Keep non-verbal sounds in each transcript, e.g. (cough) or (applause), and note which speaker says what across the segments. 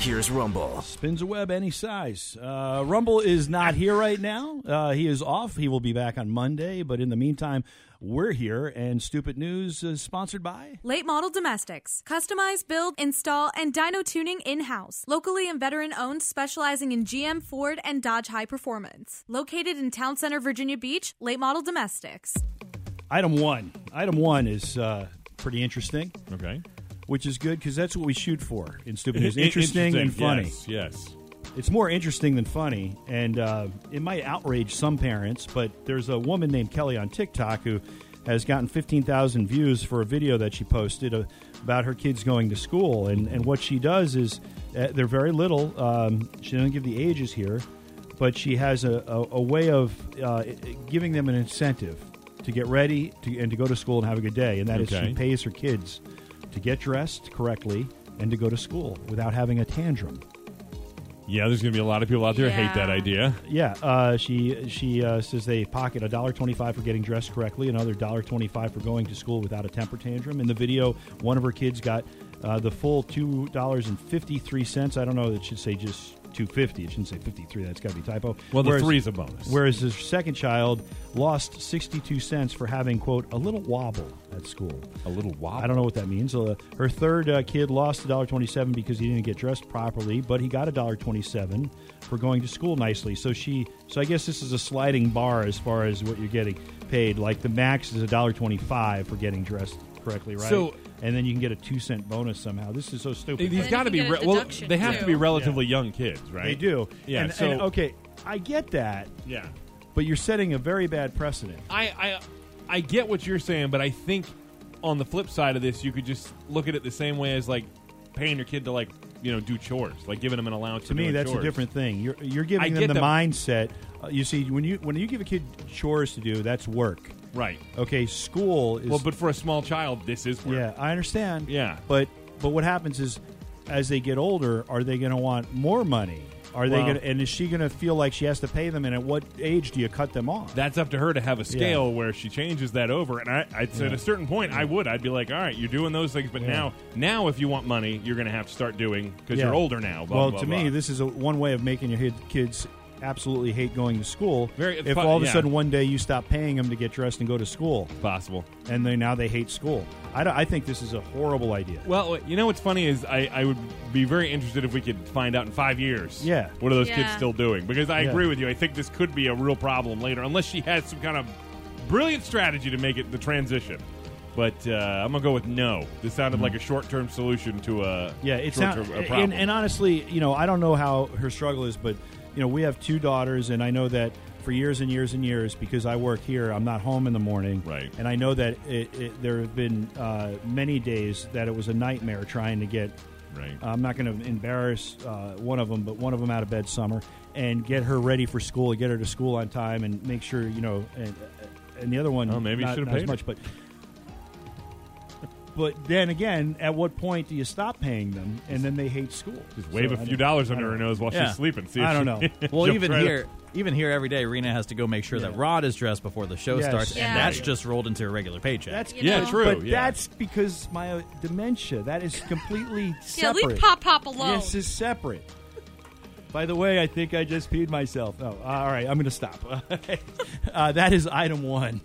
Speaker 1: Here's Rumble.
Speaker 2: Spins a web any size. Uh, Rumble is not here right now. Uh, he is off. He will be back on Monday. But in the meantime, we're here. And Stupid News is sponsored by.
Speaker 3: Late model domestics. Customize, build, install, and dyno tuning in house. Locally and veteran owned, specializing in GM, Ford, and Dodge high performance. Located in Town Center, Virginia Beach, Late Model Domestics.
Speaker 2: Item one. Item one is uh, pretty interesting,
Speaker 4: Okay.
Speaker 2: which is good because that's what we shoot for in Stupid News. Interesting, and funny.
Speaker 4: Yes. yes.
Speaker 2: It's more interesting than funny, and uh, it might outrage some parents. But there's a woman named Kelly on TikTok who has gotten 15,000 views for a video that she posted uh, about her kids going to school. And, and what she does is uh, they're very little. Um, she doesn't give the ages here, but she has a, a, a way of uh, giving them an incentive to get ready to, and to go to school and have a good day. And that is
Speaker 4: Okay.
Speaker 2: she pays her kids to get dressed correctly and to go to school without having a tantrum.
Speaker 4: Yeah, there's going to be a lot of people out there who hate that
Speaker 3: Yeah.
Speaker 4: idea.
Speaker 2: Yeah, uh, she she uh, says they pocket a dollar twenty five for getting dressed correctly, another dollar twenty five for going to school without a temper tantrum. In the video, one of her kids got uh, the full two dollars and fifty three cents. I don't know; it should say just two fifty. It shouldn't say fifty three. That's got to be a typo.
Speaker 4: Well, the three's a bonus.
Speaker 2: Whereas her second child lost sixty two cents for having quote a little wobble at school.
Speaker 4: A little wobble.
Speaker 2: I don't know what that means. Uh, her third uh, kid lost $1.27 because he didn't get dressed properly, but he got $1.27 for going to school nicely. So she, so I guess this is a sliding bar as far as what you're getting paid. Like the max is $1.25 for getting dressed correctly, right?
Speaker 4: So-
Speaker 2: and then you can get a two cent bonus somehow. This is so stupid.
Speaker 4: These
Speaker 5: you
Speaker 4: got to
Speaker 5: can
Speaker 4: be
Speaker 5: get a
Speaker 4: re- well.
Speaker 5: deduction,
Speaker 4: They have to
Speaker 5: too.
Speaker 4: be relatively young kids, right?
Speaker 2: they do.
Speaker 4: Yeah.
Speaker 2: And-
Speaker 4: so
Speaker 2: and, okay, I get that,
Speaker 4: yeah,
Speaker 2: but you're setting a very bad precedent.
Speaker 4: I, I I get what you're saying, but I think on the flip side of this, you could just look at it the same way as like paying your kid to like you know do chores, like giving them an allowance.
Speaker 2: to me
Speaker 4: doing
Speaker 2: that's
Speaker 4: chores.
Speaker 2: a different thing you're, you're
Speaker 4: I
Speaker 2: giving them
Speaker 4: get
Speaker 2: the
Speaker 4: them.
Speaker 2: mindset uh, you see when you when you give a kid chores to do that's work
Speaker 4: right?
Speaker 2: okay school is
Speaker 4: Well, but for a small child, this is work.
Speaker 2: yeah i understand
Speaker 4: Yeah.
Speaker 2: but but what happens is as they get older are they going to want more money are they
Speaker 4: Well-
Speaker 2: going to and is she going to feel like she has to pay them and at what age do you cut them off
Speaker 4: that's up to her to have a scale where she changes that over. And I, I'd say at a certain point, I would. I'd be like, all right, you're doing those things, but now, now if you want money, you're going to have to start doing because
Speaker 2: Yeah.
Speaker 4: you're older now. Blah,
Speaker 2: well
Speaker 4: blah,
Speaker 2: to
Speaker 4: blah.
Speaker 2: me this is a, one way of making your hid- kids absolutely hate going to school
Speaker 4: Very-
Speaker 2: if
Speaker 4: fu-
Speaker 2: all of a
Speaker 4: yeah.
Speaker 2: sudden one day you stop paying them to get dressed and go to school
Speaker 4: possible.
Speaker 2: and they now they hate school I, don't- I think this is a horrible idea
Speaker 4: Well, you know what's funny is I, I would be very interested if we could find out in five years.
Speaker 2: Yeah.
Speaker 4: what are those kids
Speaker 5: Yeah.
Speaker 4: still doing? Because I
Speaker 2: Yeah.
Speaker 4: agree with you. I think this could be a real problem later, unless she has some kind of brilliant strategy to make it the transition. But uh, I'm gonna go with no. This sounded like a short-term solution to a
Speaker 2: Mm-hmm. Yeah, it's not.
Speaker 4: short-term, a problem.
Speaker 2: And, and honestly, you know, I don't know how her struggle is, but you know, we have two daughters, and I know that for years and years and years, because I work here, I'm not home in the morning,
Speaker 4: Right.
Speaker 2: And I know that it, it, there have been uh, many days that it was a nightmare trying to get.
Speaker 4: Right.
Speaker 2: I'm not going to embarrass uh, one of them, but one of them out of bed, summer, and get her ready for school, get her to school on time, and make sure you know. And, and the other one,
Speaker 4: Oh, maybe you
Speaker 2: not,
Speaker 4: should've
Speaker 2: not
Speaker 4: paid
Speaker 2: as
Speaker 4: her.
Speaker 2: much, but but then again, at what point do you stop paying them, and then they hate school?
Speaker 4: Just wave
Speaker 2: So,
Speaker 4: a
Speaker 2: I
Speaker 4: few
Speaker 2: don't-
Speaker 4: dollars
Speaker 2: I
Speaker 4: under
Speaker 2: don't
Speaker 4: her
Speaker 2: know.
Speaker 4: nose while she's sleeping. See if
Speaker 2: I
Speaker 4: (laughs)
Speaker 2: don't
Speaker 4: she
Speaker 2: know.
Speaker 6: Well,
Speaker 4: jumps
Speaker 6: even
Speaker 4: right up.
Speaker 6: here, even here every day, Rena has to go make sure that Rod is dressed before the show
Speaker 2: Yes.
Speaker 6: starts,
Speaker 5: Yeah.
Speaker 6: and that's
Speaker 4: Right.
Speaker 6: just rolled into a regular paycheck.
Speaker 2: That's
Speaker 5: You Yeah, know?
Speaker 4: true,
Speaker 2: But
Speaker 4: yeah.
Speaker 2: that's because my dementia. That is completely
Speaker 5: (laughs) Yeah,
Speaker 2: separate.
Speaker 5: leave Pop Pop alone.
Speaker 2: This is separate. By the way, I think I just peed myself. Oh, all right. I'm going to stop. (laughs) uh, that is item one.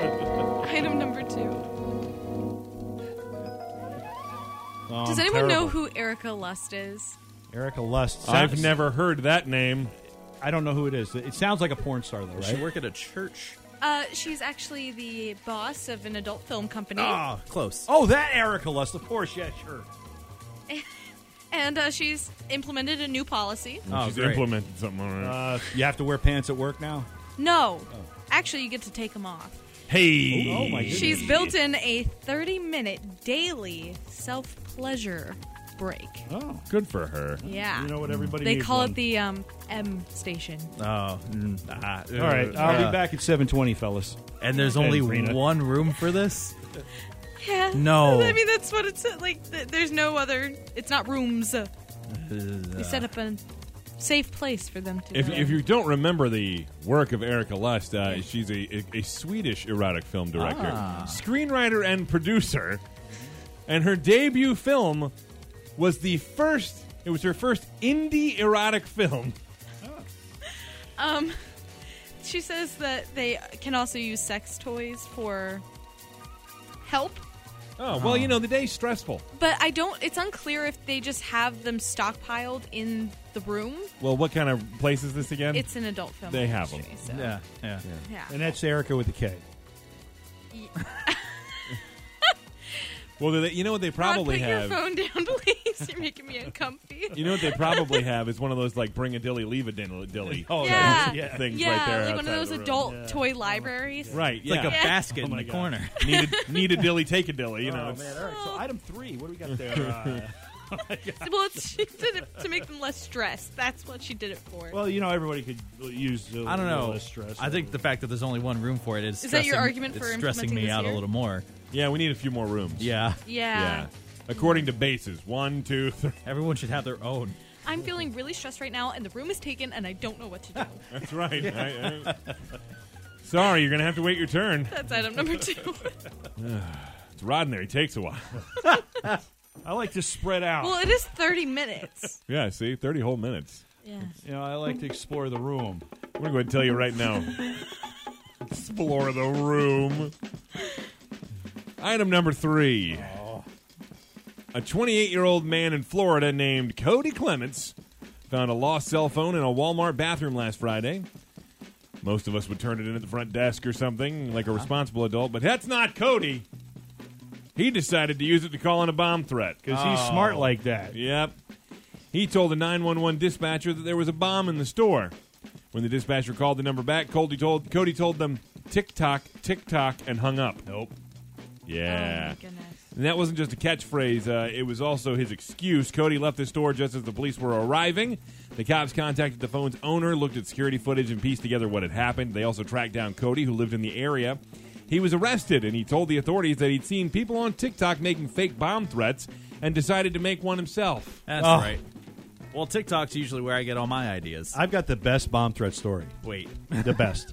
Speaker 5: Item number two.
Speaker 2: Oh,
Speaker 3: Does
Speaker 2: I'm
Speaker 3: anyone know
Speaker 2: terrible.
Speaker 3: who Erica Lust is?
Speaker 2: Erica Lust?
Speaker 4: I've
Speaker 2: Sounds-
Speaker 4: never heard that name.
Speaker 2: I don't know who it is. It sounds like a porn star, though,
Speaker 6: She
Speaker 2: right?
Speaker 6: work at a church.
Speaker 3: Uh, she's actually the boss of an adult film company,
Speaker 2: Ah,
Speaker 6: Close.
Speaker 2: oh, that Erica Lust, of course. Yeah, sure.
Speaker 3: and uh, she's implemented a new policy.
Speaker 6: Oh,
Speaker 4: she's
Speaker 6: great.
Speaker 4: implemented something. on her.
Speaker 2: Uh, you have to wear pants at work now.
Speaker 3: No, actually, you get to take them off.
Speaker 4: hey,
Speaker 2: Oh, my goodness.
Speaker 3: She's built in a 30 minute daily self pleasure break.
Speaker 2: Oh,
Speaker 4: good for her.
Speaker 3: Yeah.
Speaker 2: you know what everybody
Speaker 3: they
Speaker 2: needs
Speaker 3: call
Speaker 2: one.
Speaker 3: it the um, M station.
Speaker 6: Oh, mm, ah,
Speaker 2: All right,
Speaker 6: uh,
Speaker 2: I'll be back at seven twenty, fellas.
Speaker 6: And there's only
Speaker 2: Rena.
Speaker 6: one room for this.
Speaker 5: (laughs) Yeah.
Speaker 6: No.
Speaker 5: (laughs) I mean, that's what it's like. Th- there's no other. It's not rooms.
Speaker 4: Uh,
Speaker 5: We set up a safe place for them to.
Speaker 4: If,
Speaker 5: go.
Speaker 4: if you don't remember the work of Erica Lust, uh, she's a, a, a Swedish erotic film director,
Speaker 2: Ah.
Speaker 4: screenwriter, and producer. And her debut film was the first. It was her first indie erotic film.
Speaker 5: Um, she says that they can also use sex toys for help,
Speaker 4: Oh well, you know the day's stressful.
Speaker 5: but I don't. It's unclear if they just have them stockpiled in the room.
Speaker 4: Well, what kind of place is this again?
Speaker 5: It's an adult film.
Speaker 4: They have
Speaker 5: industry, So,
Speaker 6: Yeah, yeah.
Speaker 5: yeah.
Speaker 2: And that's Erica with the K.
Speaker 4: well, they, you know what they
Speaker 5: Rod,
Speaker 4: probably
Speaker 5: put
Speaker 4: have.
Speaker 5: your phone down, (laughs) please. You're making me uncomfy.
Speaker 4: You know what they probably have is one of those like bring a dilly, leave a dilly, dilly
Speaker 2: Oh,
Speaker 5: yeah.
Speaker 2: yeah.
Speaker 4: things
Speaker 5: yeah,
Speaker 4: right there.
Speaker 5: like one
Speaker 4: outside
Speaker 5: of those
Speaker 4: the room.
Speaker 5: adult toy libraries.
Speaker 4: Right.
Speaker 6: It's
Speaker 4: Yeah.
Speaker 6: like a
Speaker 5: Yeah.
Speaker 6: basket
Speaker 2: Oh my
Speaker 6: in the
Speaker 2: God.
Speaker 6: corner.
Speaker 4: need a, (laughs) need a dilly, take a dilly. You know.
Speaker 2: Oh, man. All right. So, item three, what do we got (laughs) there? Uh,
Speaker 5: (laughs) Well, it's, she did it to make them less stressed. That's what she did it for.
Speaker 2: well, you know, everybody could use. a
Speaker 6: I don't
Speaker 2: little
Speaker 6: know.
Speaker 2: less stress.
Speaker 6: I think the fact that there's only one room for it is
Speaker 5: Is that your
Speaker 6: stressing-
Speaker 5: argument
Speaker 6: it's
Speaker 5: for
Speaker 6: stressing
Speaker 5: implementing
Speaker 6: me
Speaker 5: this
Speaker 6: out a
Speaker 5: here?
Speaker 6: little more?
Speaker 4: Yeah, we need a few more rooms.
Speaker 6: Yeah,
Speaker 5: yeah.
Speaker 4: Yeah. According to bases, one, two, three. (laughs)
Speaker 6: everyone should have their own.
Speaker 5: I'm feeling really stressed right now, and the room is taken, and I don't know what to do.
Speaker 4: That's right. I- I- sorry, you're gonna have to wait your turn.
Speaker 5: That's item number two. (laughs)
Speaker 4: It's Rodner. He takes (laughs) a while.
Speaker 2: I like to spread out.
Speaker 5: well, it is 30 minutes.
Speaker 4: Yeah. See, thirty whole minutes.
Speaker 5: Yeah.
Speaker 2: you know, I like to explore the room.
Speaker 4: I'm gonna go ahead and tell you right now. Explore the room. Item number three. A 28 year old man in Florida named Cody Clements found a lost cell phone in a Walmart bathroom last Friday. Most of us would turn it in at the front desk or something, like a responsible adult, but that's not Cody. He decided to use it to call in a bomb threat.
Speaker 2: Because he's
Speaker 6: Oh.
Speaker 2: smart like that.
Speaker 4: Yep. He told the 911 dispatcher that there was a bomb in the store. When the dispatcher called the number back, Cody told Cody told them tick tock, tick tock, and hung up. Nope.
Speaker 5: Oh,
Speaker 4: Yeah.
Speaker 5: my goodness.
Speaker 4: and that wasn't just a catchphrase, uh, it was also his excuse. Cody left the store just as the police were arriving. The cops contacted the phone's owner, looked at security footage, and pieced together what had happened. They also tracked down Cody, who lived in the area. He was arrested, and he told the authorities that he'd seen people on TikTok making fake bomb threats and decided to make one himself.
Speaker 6: That's
Speaker 2: Oh.
Speaker 6: right. Well, TikTok's usually where I get all my ideas.
Speaker 2: I've got the best bomb threat story.
Speaker 6: Wait, (laughs)
Speaker 2: The best.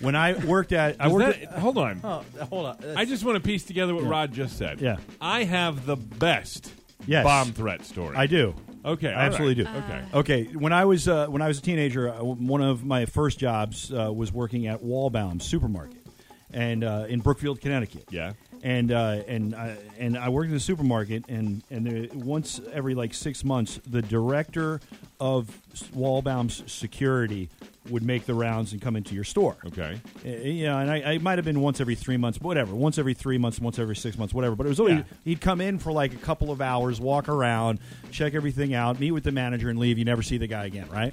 Speaker 2: when I worked at, I
Speaker 4: Is
Speaker 2: worked.
Speaker 4: that-
Speaker 2: at-
Speaker 4: hold on.
Speaker 6: Oh, hold on.
Speaker 4: I just want to piece together what Rod just said.
Speaker 2: uh, Yeah.
Speaker 4: I have the best
Speaker 2: Yes.
Speaker 4: bomb threat story.
Speaker 2: I do.
Speaker 4: Okay. all
Speaker 2: I absolutely
Speaker 4: right.
Speaker 2: do.
Speaker 4: Okay.
Speaker 2: Okay, when I was uh, when I was a teenager, uh, one of my first jobs uh, was working at Walbaum Supermarket, and uh, in Brookfield, Connecticut.
Speaker 4: Yeah.
Speaker 2: and uh, and I, and I worked in the supermarket, and and there, once every like six months, the director of S- Walbaum's security would make the rounds and come into your store.
Speaker 4: Okay.
Speaker 2: Uh, you know, and I, I might have been once every three months, but whatever. Once every three months, once every six months, whatever. But it was always
Speaker 4: Yeah.
Speaker 2: he'd come in for like a couple of hours, walk around, check everything out, meet with the manager, and leave. You never see the guy again, right?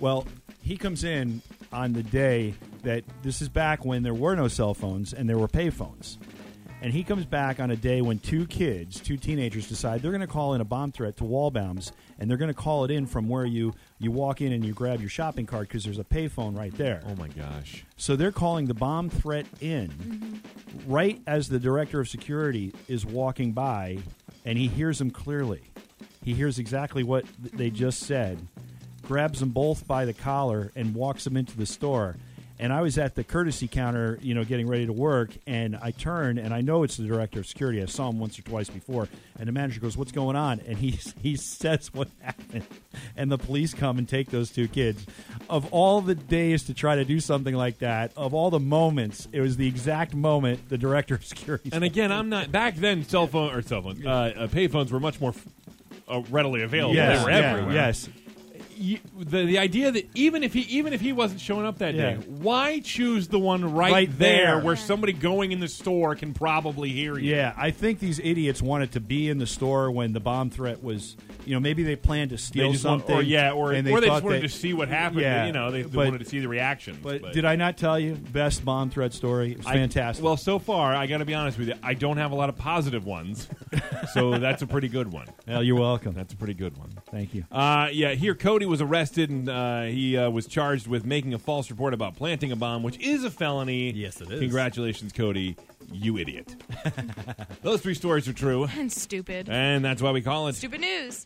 Speaker 2: Well, he comes in on the day that this is back when there were no cell phones and there were pay phones. And he comes back on a day when two kids, two teenagers, decide they're going to call in a bomb threat to Wallbaum's, and they're going to call it in from where you you walk in and you grab your shopping cart because there's a payphone right there.
Speaker 4: Oh my gosh.
Speaker 2: So they're calling the bomb threat in right as the director of security is walking by and he hears them clearly. He hears exactly what th- they just said, grabs them both by the collar and walks them into the store. And I was at the courtesy counter, you know, getting ready to work, and I turn and I know it's the director of security. I saw him once or twice before, and the manager goes, "What's going on?" And he (laughs) he says what happened, and the police come and take those two kids. Of all the days to try to do something like that, of all the moments, it was the exact moment the director of security.
Speaker 4: And again, I'm not. Back then, cell phone or cell phones, uh, uh, payphones were much more f- uh, readily available.
Speaker 2: yes,
Speaker 4: they were
Speaker 2: yeah,
Speaker 4: everywhere.
Speaker 2: yes,
Speaker 4: You, the the idea that even if he even if he wasn't showing up that
Speaker 2: Yeah.
Speaker 4: day, why choose the one right,
Speaker 2: Right
Speaker 4: there
Speaker 2: there.
Speaker 4: where somebody going in the store can probably hear you?
Speaker 2: Yeah, I think these idiots wanted to be in the store when the bomb threat was. You know, maybe they planned to
Speaker 4: They
Speaker 2: steal
Speaker 4: just want,
Speaker 2: something,
Speaker 4: or yeah, or,
Speaker 2: and
Speaker 4: or they just
Speaker 2: thought
Speaker 4: wanted
Speaker 2: that-
Speaker 4: to see what happened.
Speaker 2: Yeah,
Speaker 4: you know, they, they
Speaker 2: but-
Speaker 4: wanted to see the reactions.
Speaker 2: But, did I not tell you best bomb threat story? It was
Speaker 4: I-
Speaker 2: fantastic.
Speaker 4: well, so far, I got to be honest with you, I don't have a lot of positive ones, (laughs) so that's a pretty good one.
Speaker 2: Well, you're welcome.
Speaker 4: That's a pretty good one.
Speaker 2: Thank you.
Speaker 4: Uh, yeah, here Cody Cody was arrested and uh, he uh, was charged with making a false report about planting a bomb, which is a felony.
Speaker 6: Yes, it is.
Speaker 4: Congratulations, Cody. You idiot. (laughs) Those three stories are true,
Speaker 5: And stupid.
Speaker 4: Eh. and that's why we call it
Speaker 5: Stupid news.